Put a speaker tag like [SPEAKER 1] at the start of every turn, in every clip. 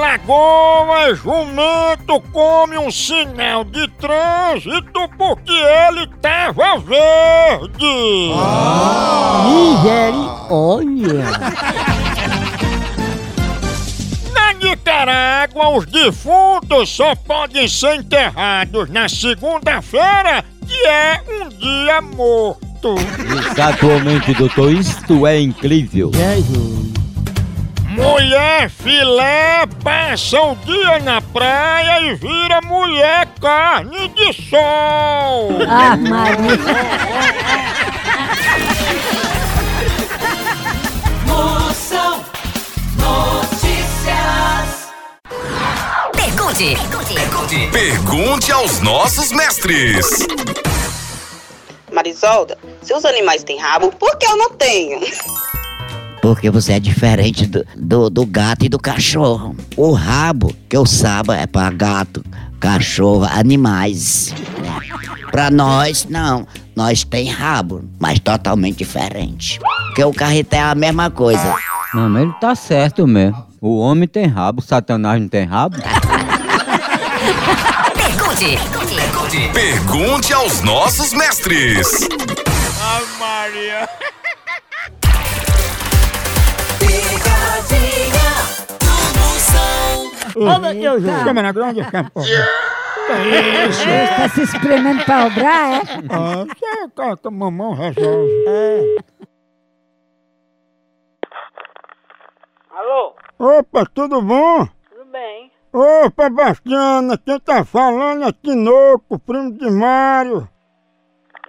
[SPEAKER 1] Alagoas, jumento come um sinal de trânsito porque ele tava verde.
[SPEAKER 2] Misericórdia!
[SPEAKER 1] Na Nicarágua, os defuntos só podem ser enterrados na segunda-feira, que é um dia morto.
[SPEAKER 3] Exatamente, doutor. Isto é incrível.
[SPEAKER 2] Jesus!
[SPEAKER 1] Mulher filé passa o dia na praia e vira mulher carne de sol.
[SPEAKER 2] Ah, Maria!
[SPEAKER 4] Moção Notícias.
[SPEAKER 5] Pergunte. Pergunte.
[SPEAKER 6] Pergunte aos nossos mestres.
[SPEAKER 7] Marisolda, se os animais têm rabo, por que eu não tenho?
[SPEAKER 8] Porque você é diferente do, do, do gato e do cachorro. O rabo, que eu saiba, é para gato, cachorro, animais. Para nós, não. Nós tem rabo, mas totalmente diferente. Porque o carretel é a mesma coisa.
[SPEAKER 3] Não, mas ele tá certo mesmo. O homem tem rabo, Satanás não tem rabo.
[SPEAKER 5] Pergunte. Pergunte.
[SPEAKER 6] Pergunte aos nossos mestres.
[SPEAKER 1] Ai, Maria.
[SPEAKER 4] Picadinha do Moção.
[SPEAKER 1] Uhum.
[SPEAKER 2] Ô, meu Deus!
[SPEAKER 1] Câmera grande, campo.
[SPEAKER 2] Tá se espremendo pra obrar, é?
[SPEAKER 1] Ah, só canta, mamão resolve.
[SPEAKER 9] Alô?
[SPEAKER 1] Opa, tudo bom?
[SPEAKER 9] Tudo bem?
[SPEAKER 1] Opa, Bastiana, quem tá falando é Tinoco, primo de Mário.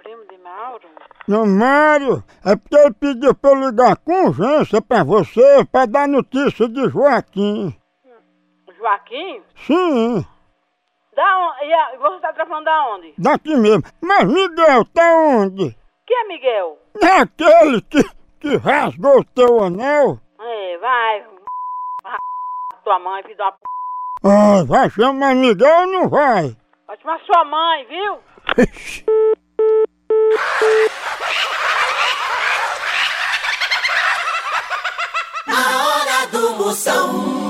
[SPEAKER 9] Primo de Mauro?
[SPEAKER 1] Não, Mário, é porque ele pediu pra eu ligar com urgência pra você, pra dar notícia de Joaquim.
[SPEAKER 9] Joaquim?
[SPEAKER 1] Sim,
[SPEAKER 9] Da onde? E a- você tá falando da onde?
[SPEAKER 1] daqui mesmo. Mas Miguel, tá onde?
[SPEAKER 9] Que é Miguel?
[SPEAKER 1] Naquele que, que rasgou o teu anel?
[SPEAKER 9] É, vai. Tua mãe, filho da p.
[SPEAKER 1] Ah, vai chamar Miguel ou não vai?
[SPEAKER 9] Vai chamar sua mãe, viu?
[SPEAKER 4] A hora do Moção.